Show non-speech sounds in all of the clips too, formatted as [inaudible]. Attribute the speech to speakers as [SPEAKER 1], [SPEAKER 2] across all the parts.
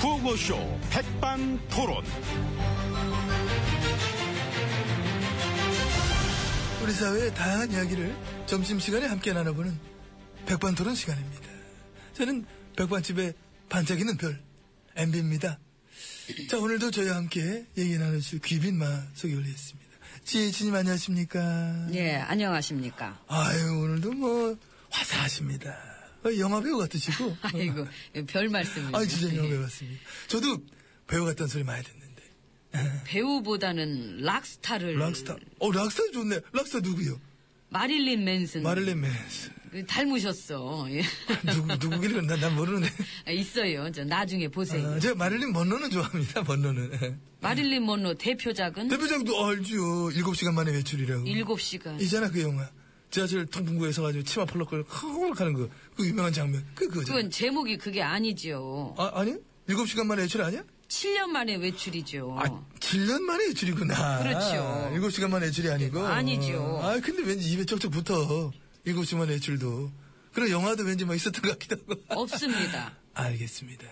[SPEAKER 1] 구호쇼 백반토론.
[SPEAKER 2] 우리 사회의 다양한 이야기를 점심시간에 함께 나눠보는 백반토론 시간입니다. 저는 백반집에 반짝이는 별, MB입니다. 자, 오늘도 저희와 함께 얘기 나누실 귀빈마 소개 올리겠습니다. 지혜진님 안녕하십니까?
[SPEAKER 3] 예, 안녕하십니까. [laughs]
[SPEAKER 2] 아유, 오늘도 뭐 화사하십니다. 어, 영화배우 같으시고.
[SPEAKER 3] 아이고, 예, 별 말씀을.
[SPEAKER 2] 아 진짜 영화배우 같습니다. 저도 배우 같다는 소리 많이 듣는데.
[SPEAKER 3] 배우보다는 락스타를.
[SPEAKER 2] 락스타. 어, 락스타 좋네. 락스타 누구요?
[SPEAKER 3] 마릴린 맨슨.
[SPEAKER 2] 마릴린 맨스.
[SPEAKER 3] 그 닮으셨어. 예.
[SPEAKER 2] 누구, 누구길래 난, 난 모르는데.
[SPEAKER 3] 아, [laughs] 있어요. 저 나중에 보세요.
[SPEAKER 2] 아, 제가 마릴린 먼로는 좋아합니다, 먼로는. 예.
[SPEAKER 3] 마릴린 먼로 대표작은
[SPEAKER 2] 대표작도 알죠. 일곱 시간 만에 외출이라고.
[SPEAKER 3] 일곱 시간
[SPEAKER 2] 이잖아, 그 영화. 지하철 통풍구에서 가지고 치마 펄럭거려, 헉헉 하는 거. 그 유명한 장면. 그, 그거죠.
[SPEAKER 3] 그건 제목이 그게 아니죠.
[SPEAKER 2] 아, 아니? 일곱 시간 만에 외출 아니야?
[SPEAKER 3] 칠 년 만에 외출이죠.
[SPEAKER 2] 아, 7년 만에 외출이구나.
[SPEAKER 3] 어. 그렇죠.
[SPEAKER 2] 7시간 만에 외출이 아니고.
[SPEAKER 3] 아니죠.
[SPEAKER 2] 아, 근데 왠지 입에 쩍쩍 붙어. 7시간 만에 외출도. 그런 영화도 왠지 막 있었던 것 같기도 하고. [laughs]
[SPEAKER 3] 없습니다.
[SPEAKER 2] 알겠습니다.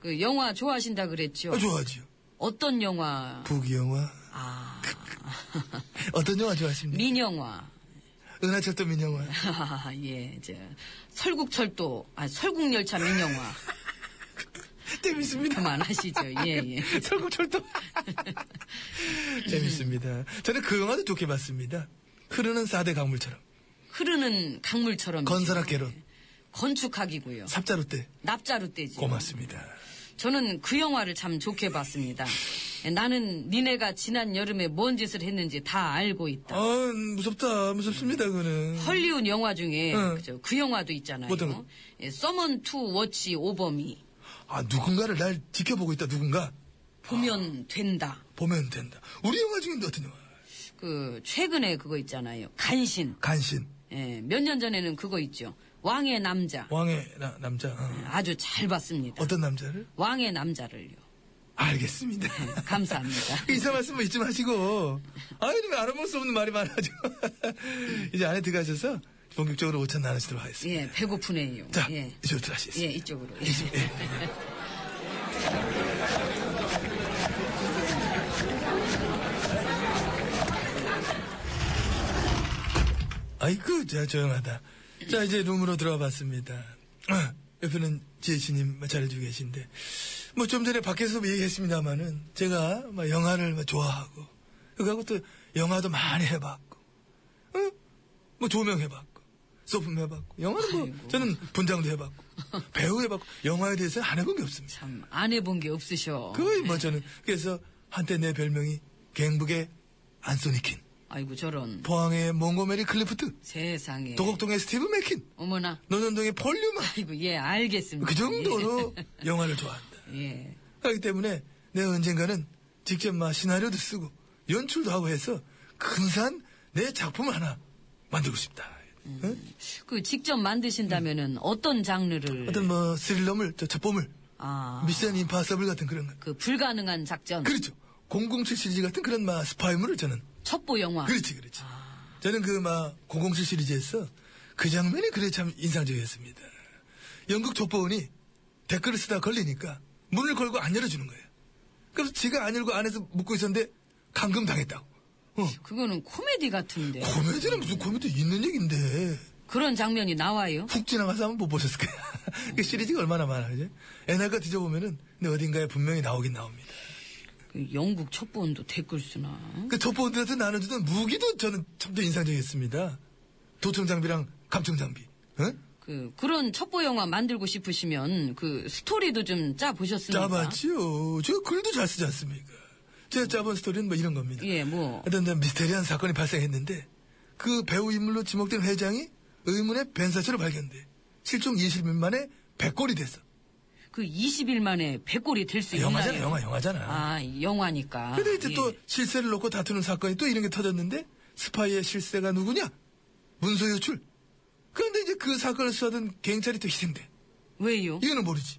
[SPEAKER 3] 그 영화 좋아하신다 그랬죠.
[SPEAKER 2] 아, 좋아하죠.
[SPEAKER 3] 어떤 영화?
[SPEAKER 2] 부기 영화.
[SPEAKER 3] 아,
[SPEAKER 2] 어떤 영화 좋아하십니까?
[SPEAKER 3] 민영화. [laughs]
[SPEAKER 2] 은하철도 민영화. [laughs]
[SPEAKER 3] 아, 예, 저, 설국철도, 아, 설국열차 민영화.
[SPEAKER 2] 재밌습니다.
[SPEAKER 3] 그만하시죠. 예, 예. [laughs]
[SPEAKER 2] 설국철도. [laughs] 재밌습니다. 저는 그 영화도 좋게 봤습니다. 흐르는 4대 강물처럼.
[SPEAKER 3] 흐르는 강물처럼.
[SPEAKER 2] 건설학개론.
[SPEAKER 3] 건축학이고요.
[SPEAKER 2] 삽자루 때.
[SPEAKER 3] 납자루 떼지.
[SPEAKER 2] 고맙습니다.
[SPEAKER 3] 저는 그 영화를 참 좋게 봤습니다. 나는 니네가 지난 여름에 뭔 짓을 했는지 다 알고 있다.
[SPEAKER 2] 아, 무섭다. 무섭습니다, 그거는.
[SPEAKER 3] 헐리우드 영화 중에
[SPEAKER 2] 응.
[SPEAKER 3] 그죠? 그 영화도 있잖아요.
[SPEAKER 2] 어떤 거?
[SPEAKER 3] 예, 서먼 투 워치 오범이
[SPEAKER 2] 아, 누군가를 날 지켜보고 있다, 누군가.
[SPEAKER 3] 보면
[SPEAKER 2] 아.
[SPEAKER 3] 된다.
[SPEAKER 2] 보면 된다. 우리 영화 중인데 어떤 영화?
[SPEAKER 3] 그 최근에 그거 있잖아요. 간신.
[SPEAKER 2] 간신.
[SPEAKER 3] 예, 몇 년 전에는 그거 있죠. 왕의 남자.
[SPEAKER 2] 왕의 나- 남자. 어.
[SPEAKER 3] 아주 잘 봤습니다.
[SPEAKER 2] 떤 남자를?
[SPEAKER 3] 왕의 남자를요.
[SPEAKER 2] 알겠습니다. [laughs]
[SPEAKER 3] 감사합니다.
[SPEAKER 2] 인사 말씀 뭐 잊지 마시고. 아유, 왜 알아볼 수 없는 말이 많아져. [laughs] 이제 안에 들어가셔서 본격적으로 오찬 나누시도록 하겠습니다.
[SPEAKER 3] 예, 배고프네요.
[SPEAKER 2] 자,
[SPEAKER 3] 예.
[SPEAKER 2] 이쪽으로 들어가시겠습니다.
[SPEAKER 3] 예, 이쪽으로. 예.
[SPEAKER 2] 아이고, 자, 조용하다. 자, 이제 룸으로 들어와 봤습니다. [clears throat] 아, 옆에는 지혜씨님 잘해주고 계신데. 뭐, 좀 전에 밖에서 얘기했습니다만은, 제가 막 영화를 막 좋아하고, 그거하고 또 영화도 많이 해봤고, 응? 뭐, 조명해봤고, 소품 해봤고, 영화는 뭐,
[SPEAKER 3] 아이고.
[SPEAKER 2] 저는 분장도 해봤고, 배우 해봤고, 영화에 대해서 안 해본 게 없습니다.
[SPEAKER 3] 참, 안 해본 게 없으셔.
[SPEAKER 2] 거의 뭐 저는, 그래서 한때 내 별명이 갱북의 안소니킨,
[SPEAKER 3] 아이고, 저런.
[SPEAKER 2] 포항의 몽고메리 클리프트,
[SPEAKER 3] 네. 세상에.
[SPEAKER 2] 도곡동의 스티브 맥킨,
[SPEAKER 3] 어머나.
[SPEAKER 2] 논현동의 폴류마
[SPEAKER 3] 아이고, 예, 알겠습니다.
[SPEAKER 2] 그
[SPEAKER 3] [laughs]
[SPEAKER 2] 정도로 영화를 좋아한다.
[SPEAKER 3] 예.
[SPEAKER 2] 그렇기 때문에 내가 언젠가는 직접 막 시나리오도 쓰고 연출도 하고 해서 근사한 내 작품을 하나 만들고 싶다. 응?
[SPEAKER 3] 그, 직접 만드신다면은 어떤 장르를.
[SPEAKER 2] 음. 어떤 뭐 스릴러물, 저 잡범을,
[SPEAKER 3] 예. 아.
[SPEAKER 2] 미션 임파서블 같은 그런 거.
[SPEAKER 3] 그, 불가능한 작전.
[SPEAKER 2] 그렇죠. 007 시리즈 같은 그런 막 스파이물을 저는
[SPEAKER 3] 첩보 영화.
[SPEAKER 2] 그렇지, 그렇지. 저는 그 막 007 시리즈에서 그 장면이 그래 참 인상적이었습니다. 영국 족보원이 댓글을 쓰다 걸리니까 문을 걸고 안 열어주는 거예요. 그래서 지가 안 열고 안에서 묻고 있었는데 감금 당했다고. 어.
[SPEAKER 3] 그거는 코미디 같은데.
[SPEAKER 2] 코미디는 무슨 코미디 있는 얘기인데
[SPEAKER 3] 그런 장면이 나와요?
[SPEAKER 2] 훅 지나가서 한번 못 보셨을 거야. [laughs] 그 시리즈가 얼마나 많아, 그지? 옛날 거 뒤져보면은 근데 어딘가에 분명히 나오긴 나옵니다.
[SPEAKER 3] 그 영국 첩보원도 댓글 쓰나.
[SPEAKER 2] 그 첩보들한테 나눠주던 무기도 저는 참 더 인상적이었습니다. 도청 장비랑 감청 장비. 응?
[SPEAKER 3] 그, 그런 첩보 영화 만들고 싶으시면 그 스토리도 좀 짜보셨습니까?
[SPEAKER 2] 짜봤지요. 제가 글도 잘 쓰지 않습니까? 제가 짜본 스토리는 뭐 이런 겁니다.
[SPEAKER 3] 예, 뭐.
[SPEAKER 2] 하여튼 이제 미스테리한 사건이 발생했는데 그 배우 인물로 지목된 회장이 의문의 벤사체로 발견돼 실종 20일 만에 백골이 됐어.
[SPEAKER 3] 그 20일 만에 100골이 될 수 있나요?
[SPEAKER 2] 영화잖아, 영화, 영화잖아.
[SPEAKER 3] 예, 아, 영화니까.
[SPEAKER 2] 근데 이제
[SPEAKER 3] 예.
[SPEAKER 2] 또 실세를 놓고 다투는 사건이 또 이런 게 터졌는데 스파이의 실세가 누구냐? 문서 유출. 그런데 이제 그 사건을 수하던 경찰이 또 희생돼.
[SPEAKER 3] 왜요?
[SPEAKER 2] 이거는 모르지.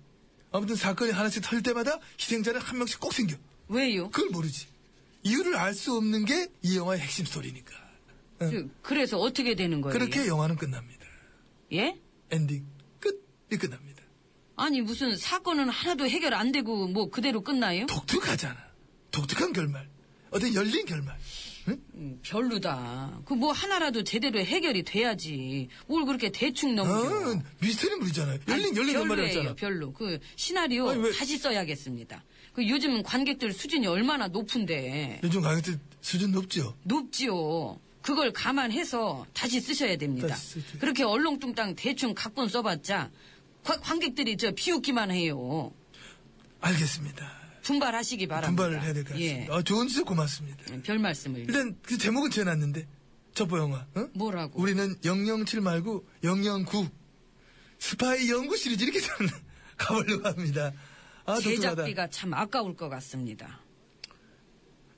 [SPEAKER 2] 아무튼 사건이 하나씩 털 때마다 희생자는 한 명씩 꼭 생겨.
[SPEAKER 3] 왜요?
[SPEAKER 2] 그걸 모르지. 이유를 알 수 없는 게 이 영화의 핵심 스토리니까. 응.
[SPEAKER 3] 그, 래서 어떻게 되는 거예요?
[SPEAKER 2] 그렇게 영화는 끝납니다.
[SPEAKER 3] 예?
[SPEAKER 2] 엔딩 끝이 끝납니다.
[SPEAKER 3] 아니 무슨 사건은 하나도 해결 안 되고 뭐 그대로 끝나요?
[SPEAKER 2] 독특하잖아. 독특한 결말. 어떤 열린 결말. 응?
[SPEAKER 3] 음, 별로다. 그 뭐 하나라도 제대로 해결이 돼야지. 뭘 그렇게 대충 넘겨?
[SPEAKER 2] 어, 미스터리물이잖아요. 열린,
[SPEAKER 3] 아니,
[SPEAKER 2] 열린
[SPEAKER 3] 별로예요,
[SPEAKER 2] 결말이었잖아.
[SPEAKER 3] 별로. 그 시나리오
[SPEAKER 2] 아니, 왜-
[SPEAKER 3] 다시 써야겠습니다. 그 요즘 관객들 수준이 얼마나 높은데
[SPEAKER 2] 요즘 강의들 수준 높죠?
[SPEAKER 3] 높지요. 그걸 감안해서 다시 쓰셔야 됩니다.
[SPEAKER 2] 다시 쓰지.
[SPEAKER 3] 그렇게 얼렁뚱땅 대충 각본 써봤자 관- 관객들이 저 비웃기만 해요.
[SPEAKER 2] 알겠습니다.
[SPEAKER 3] 분발하시기 바랍니다.
[SPEAKER 2] 분발을 해야 될 것 같습니다. 아, 좋은 지적 고맙습니다.
[SPEAKER 3] 예, 별 말씀을.
[SPEAKER 2] 일단 그 제목은 지어놨는데 첩보 영화. 어?
[SPEAKER 3] 뭐라고?
[SPEAKER 2] 우리는 007 말고 009 스파이 연구 시리즈 이렇게 저는 [laughs] 가보려고 합니다. 아, 독특하다.
[SPEAKER 3] 제작비가 참 아까울 것 같습니다.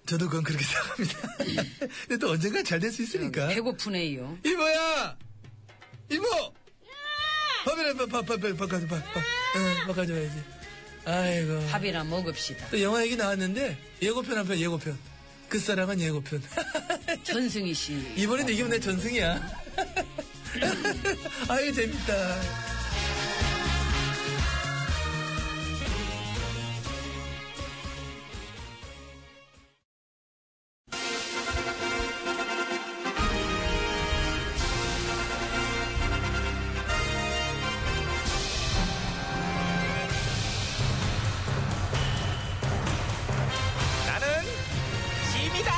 [SPEAKER 2] 저도 그건 그렇게 생각합니다. [laughs] 근데 또 언젠가 잘 될 수 있으니까.
[SPEAKER 3] 배고프네요.
[SPEAKER 2] 이모야! 이모! 밥이나 밥, 밥, 밥, 밥, 밥, 가져, 밥, 밥. 응, 밥 가져와야지. 아이고.
[SPEAKER 3] 밥이나 먹읍시다.
[SPEAKER 2] 또 영화 얘기 나왔는데 예고편 한 편, 예고편. 그 사랑은 예고편. [laughs]
[SPEAKER 3] 전승희 씨.
[SPEAKER 2] 이번에도 이기면 내 전승이야. [laughs] 아유, 재밌다.
[SPEAKER 1] 나는 짐이다.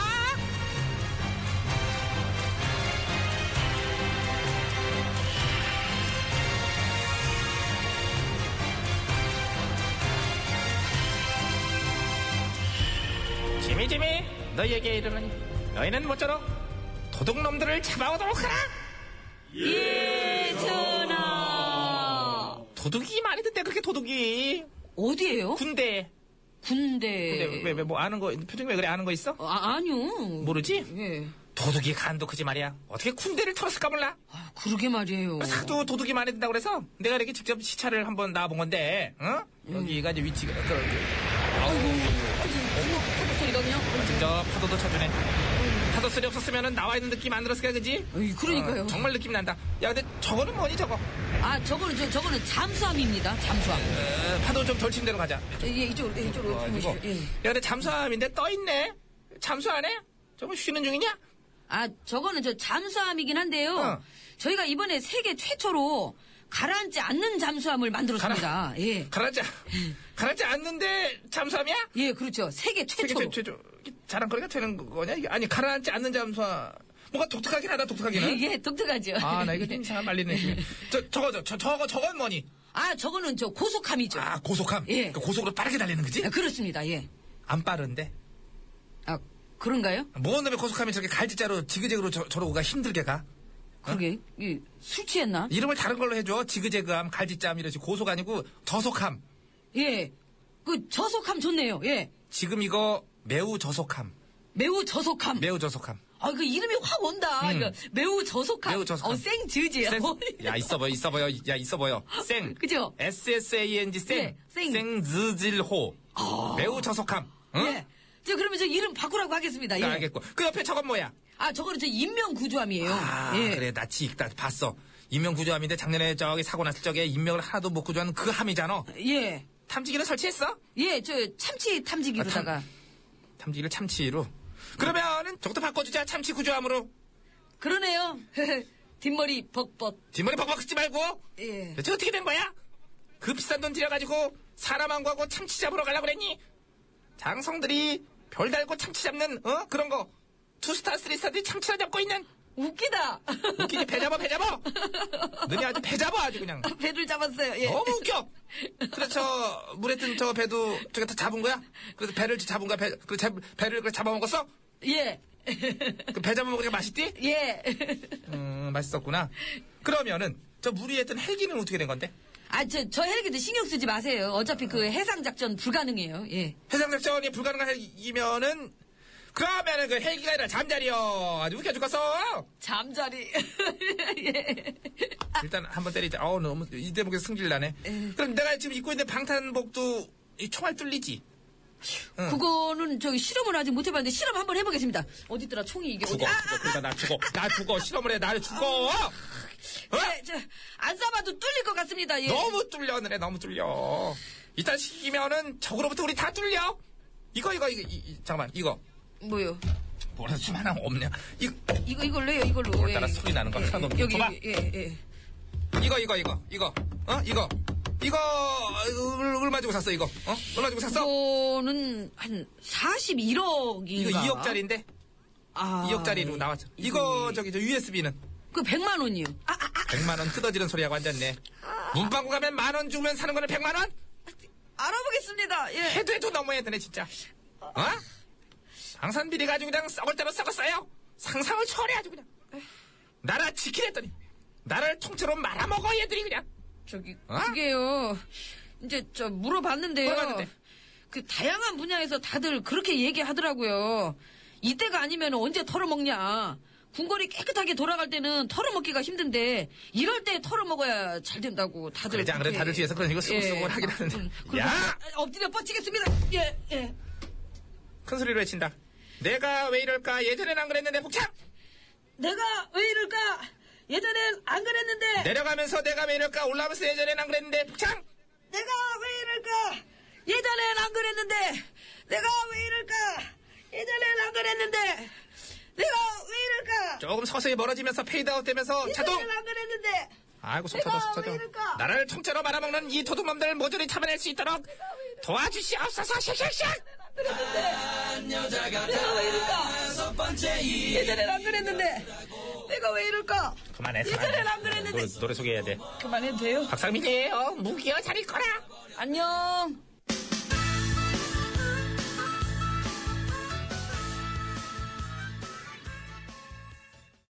[SPEAKER 1] 짐이 짐이 너희에게 이르노니 너희는 모쪼록 도둑놈들을 잡아오도록 하라.
[SPEAKER 3] 예전아.
[SPEAKER 1] 도둑이 많이 든데 그렇게 도둑이
[SPEAKER 3] 어디에요?
[SPEAKER 1] 군대
[SPEAKER 3] 군대.
[SPEAKER 1] 근데 왜 왜 뭐 아는 거 표정이 왜 그래 아는 거 있어? 뭐
[SPEAKER 3] 어, 아, 아니요.
[SPEAKER 1] 모르지?
[SPEAKER 3] 예.
[SPEAKER 1] 도둑이 간도 크지 말이야. 어떻게 군대를 털었을까 몰라.
[SPEAKER 3] 아, 그러게 말이에요.
[SPEAKER 1] 사도 도둑이 많이 든다 그래서 내가 이렇게 직접 시차를 한번 나와본 건데, 어? 여기가 이제 위치가 그, 그, 아우
[SPEAKER 3] 어머, 소리가 그냥.
[SPEAKER 1] 직접 파도도 쳐주네. 파도 소리 없었으면 나와 있는 느낌 안 들었을까 그지?
[SPEAKER 3] 어이, 아, 그러니까요.
[SPEAKER 1] 어, 정말 느낌 난다. 야 근데 저거는 뭐니 저거?
[SPEAKER 3] 아, 저거는, 저, 저거는 잠수함입니다. 잠수함.
[SPEAKER 1] 어, 파도 좀 덜 치는 데로 가자.
[SPEAKER 3] 예, 이쪽으로, 예, 이쪽으로.
[SPEAKER 1] 어,
[SPEAKER 3] 주무시죠.
[SPEAKER 1] 이거.
[SPEAKER 3] 예.
[SPEAKER 1] 야 근데 잠수함인데 떠 있네. 잠수 안 해? 저거 쉬는 중이냐?
[SPEAKER 3] 아, 저거는 저 잠수함이긴 한데요.
[SPEAKER 1] 어.
[SPEAKER 3] 저희가 이번에 세계 최초로 가라앉지 않는 잠수함을 만들었습니다. 예.
[SPEAKER 1] 가라앉지 않- 가라앉지 않는데 잠수함이야?
[SPEAKER 3] 예, 그렇죠. 세계 최초.
[SPEAKER 1] 세계
[SPEAKER 3] 로
[SPEAKER 1] 최초 자랑거리가 되는 거냐? 이게 아니 가라앉지 않는 잠수함. 뭔가 독특하긴 하다
[SPEAKER 3] [laughs]
[SPEAKER 1] 독특하기는.
[SPEAKER 3] 이게 예, 독특하죠.
[SPEAKER 1] 네? 아, 나 이거 [laughs] 좀 이상한 말리네. 저, 저거, 저, 저, 저거, 저건 뭐니?
[SPEAKER 3] [laughs] 아, 저거는 저 고속함이죠.
[SPEAKER 1] 아, 고속함.
[SPEAKER 3] 예.
[SPEAKER 1] 그 고속으로 빠르게 달리는 거지?
[SPEAKER 3] 아, 그렇습니다. 예.
[SPEAKER 1] 안 빠른데?
[SPEAKER 3] 아, 그런가요?
[SPEAKER 1] 뭔 놈의 고속함이 저렇게 갈지자로 지그재그로 저, 저러고 가 힘들게 가?
[SPEAKER 3] 그러게. 예, 술 취했나?
[SPEAKER 1] 이름을 다른 걸로 해줘. 지그재그함, 갈지짬 이러지. 고속 아니고 저속함.
[SPEAKER 3] 예. 그 저속함 좋네요. 예.
[SPEAKER 1] 지금 이거 매우 저속함.
[SPEAKER 3] 매우 저속함.
[SPEAKER 1] 매우 저속함.
[SPEAKER 3] 아, 그 이름이 확 온다. 이거 매우 저속함.
[SPEAKER 1] 매우 저속함.
[SPEAKER 3] 어, 생즈지야.
[SPEAKER 1] 센- 야, 있어 보여, 있어 보여. 야, 있어 보여. 생.
[SPEAKER 3] 그죠?
[SPEAKER 1] SSANG 생.
[SPEAKER 3] 네, 생.
[SPEAKER 1] 생즈질호. 매우 저속함. 응?
[SPEAKER 3] [laughs] 예. 저 그러면 저 이름 바꾸라고 하겠습니다. 예.
[SPEAKER 1] 나 어? 알겠고. 그 옆에 저건 뭐야?
[SPEAKER 3] 아, 저거는 저 인명 구조함이에요.
[SPEAKER 1] 아,
[SPEAKER 3] 예.
[SPEAKER 1] 그래. 나 지익다. 봤어. 인명구조함인데 작년에 저기 사고 났을 적에 인명을 하나도 못 구조한 그 함이잖아.
[SPEAKER 3] 예.
[SPEAKER 1] 탐지기를 설치했어?
[SPEAKER 3] 예, 저 참치 탐지기로다가
[SPEAKER 1] 아, 탐지기를 참치로. 그러면은 저것도 바꿔주자. 참치 구조함으로.
[SPEAKER 3] 그러네요. [laughs] 뒷머리 벅벅.
[SPEAKER 1] 뒷머리 벅벅 쓰지 말고.
[SPEAKER 3] 예.
[SPEAKER 1] 대체 어떻게 된 거야? 그 비싼 돈 들여가지고 사람 안 구하고 참치 잡으러 가려고 그랬니? 장성들이 별 달고 참치 잡는 어 그런 거 투스타 쓰리스타들이 참치나 잡고 있는
[SPEAKER 3] 웃기다. [laughs]
[SPEAKER 1] 웃기지 배 잡아 배 잡아 너네 아주 배 잡아 아주 그냥
[SPEAKER 3] 배를 잡았어요. 예.
[SPEAKER 1] 너무 웃겨 그래서 저 물에 뜬 저 배도 저게 다 잡은 거야? 그래서 배를 잡은 거야? 배, 그 잡- 배를 그 잡아먹었어?
[SPEAKER 3] 예.
[SPEAKER 1] 그 배 잡아먹으니까 맛있지?
[SPEAKER 3] [laughs] 예. [laughs]
[SPEAKER 1] 음 맛있었구나 그러면은 저 물 위에 뜬 헬기는 어떻게 된 건데?
[SPEAKER 3] 아, 저, 저 헬기도 신경 쓰지 마세요. 어차피 그 해상작전 불가능해요. 예.
[SPEAKER 1] 해상 작전이 불가능한 헬기면은 그러면은 그 헬기가 아니라 잠자리요. 아주 웃겨 죽겠어.
[SPEAKER 3] 잠자리. [laughs] 예.
[SPEAKER 1] 일단 한번 때리자. 어우 너무
[SPEAKER 2] 예.
[SPEAKER 1] 예. 이 대목에서 승질 나네. 그럼 내가 지금 입고 있는 방탄복도 이 총알 뚫리지.
[SPEAKER 3] 그거는 저기 실험을 아직 못 해봤는데 실험 한번 해보겠습니다. 어디더라 총이 이게 어디?
[SPEAKER 1] 죽어,
[SPEAKER 3] 아,
[SPEAKER 1] 죽어, 그러다 나 죽어. 나 죽어, 실험을 해, 나 죽어! 어?
[SPEAKER 3] 예, 저, 안 쏴봐도 뚫릴 것 같습니다. 예.
[SPEAKER 1] 너무 뚫려, 늘에 너무 뚫려. 일단 시키면은 적으로부터 우리 다 뚫려. 이거, 이거, 이거, 이, 이, 잠깐만, 이거.
[SPEAKER 3] 뭐요?
[SPEAKER 1] 뭐라 좀 하나 없냐. 이,
[SPEAKER 3] 이거 이걸로 해요. 이걸로.
[SPEAKER 1] 오늘따라 소리 나는 거 하나도 없네.
[SPEAKER 3] 여기
[SPEAKER 1] 줘봐.
[SPEAKER 3] 여기 예 예.
[SPEAKER 1] 이거, 이거, 이거, 이거. 어? 이거. 이거, 얼- 얼마 주고 샀어, 이거? 어? 얼마 주고 샀어?
[SPEAKER 3] 이거는 한 41억인가?
[SPEAKER 1] 이거 2억짜리인데?
[SPEAKER 3] 아,
[SPEAKER 1] 2억짜리로 나왔죠. 이거, 저기, 저 USB는?
[SPEAKER 3] 그 100만 원이요. 아, 아,
[SPEAKER 1] 100만원 뜯어지는 소리하고 앉았네. 문방구 가면 만 원 주면 사는 거는 100만원?
[SPEAKER 3] 알아보겠습니다. 예.
[SPEAKER 1] 해도 해도 너무해야 되네, 진짜. 어? 방산비리가 아주 그냥 썩을 대로 썩었어요. 상상을 초월해 아주 그냥. 나라 지키랬더니, 나라를 통째로 말아먹어, 얘들이 그냥.
[SPEAKER 3] 저기
[SPEAKER 1] 어?
[SPEAKER 3] 그게요. 이제 저 물어봤는데요.
[SPEAKER 1] 물어봤는데.
[SPEAKER 3] 그 다양한 분야에서 다들 그렇게 얘기하더라고요. 이때가 아니면 언제 털어먹냐. 궁궐이 깨끗하게 돌아갈 때는 털어먹기가 힘든데 이럴 때 털어먹어야 잘 된다고 다들
[SPEAKER 1] 그러지 안 그래
[SPEAKER 3] 그렇게-
[SPEAKER 1] 다들 뒤에서 그런 이거 쓰고쓰고
[SPEAKER 3] 예.
[SPEAKER 1] 하긴 하는데.
[SPEAKER 3] 음, 그리고
[SPEAKER 1] 야!
[SPEAKER 3] 엎드려 뻗치겠습니다. 예, 예.
[SPEAKER 1] 큰 소리로 외친다. 내가 왜 이럴까? 예전엔 안 그랬는데, 복창!
[SPEAKER 3] 내가 왜 이럴까? 예전엔 안 그랬는데
[SPEAKER 1] 내려가면서 내가 왜 이럴까? 올라오면서 예전엔 안 그랬는데, 복창!
[SPEAKER 3] 내가 왜 이럴까? 예전엔 안 그랬는데 내가 왜 이럴까? 예전엔 안 그랬는데 내가 왜 이럴까?
[SPEAKER 1] 조금 서서히 멀어지면서 페이드아웃 되면서 자동!
[SPEAKER 3] 예전엔 안 그랬는데
[SPEAKER 1] 아이고 속차다
[SPEAKER 3] 내가
[SPEAKER 1] 속차다
[SPEAKER 3] 왜 이럴까?
[SPEAKER 1] 나라를 통째로 말아먹는 이 도둑놈들을 모조리 잡아낼 수 있도록 도와주시옵소서 샥샥샥
[SPEAKER 3] 내가 왜 이럴까? 예전엔 안 그랬는데 내가 왜 이럴까?
[SPEAKER 1] 그만해
[SPEAKER 3] 예전엔
[SPEAKER 1] 그만해.
[SPEAKER 3] 안 그랬는데
[SPEAKER 1] 노래, 노래 소개해야 돼 어,
[SPEAKER 3] 그만해도 돼요?
[SPEAKER 1] 박상민이에요 무기여 잘 있거라
[SPEAKER 3] 안녕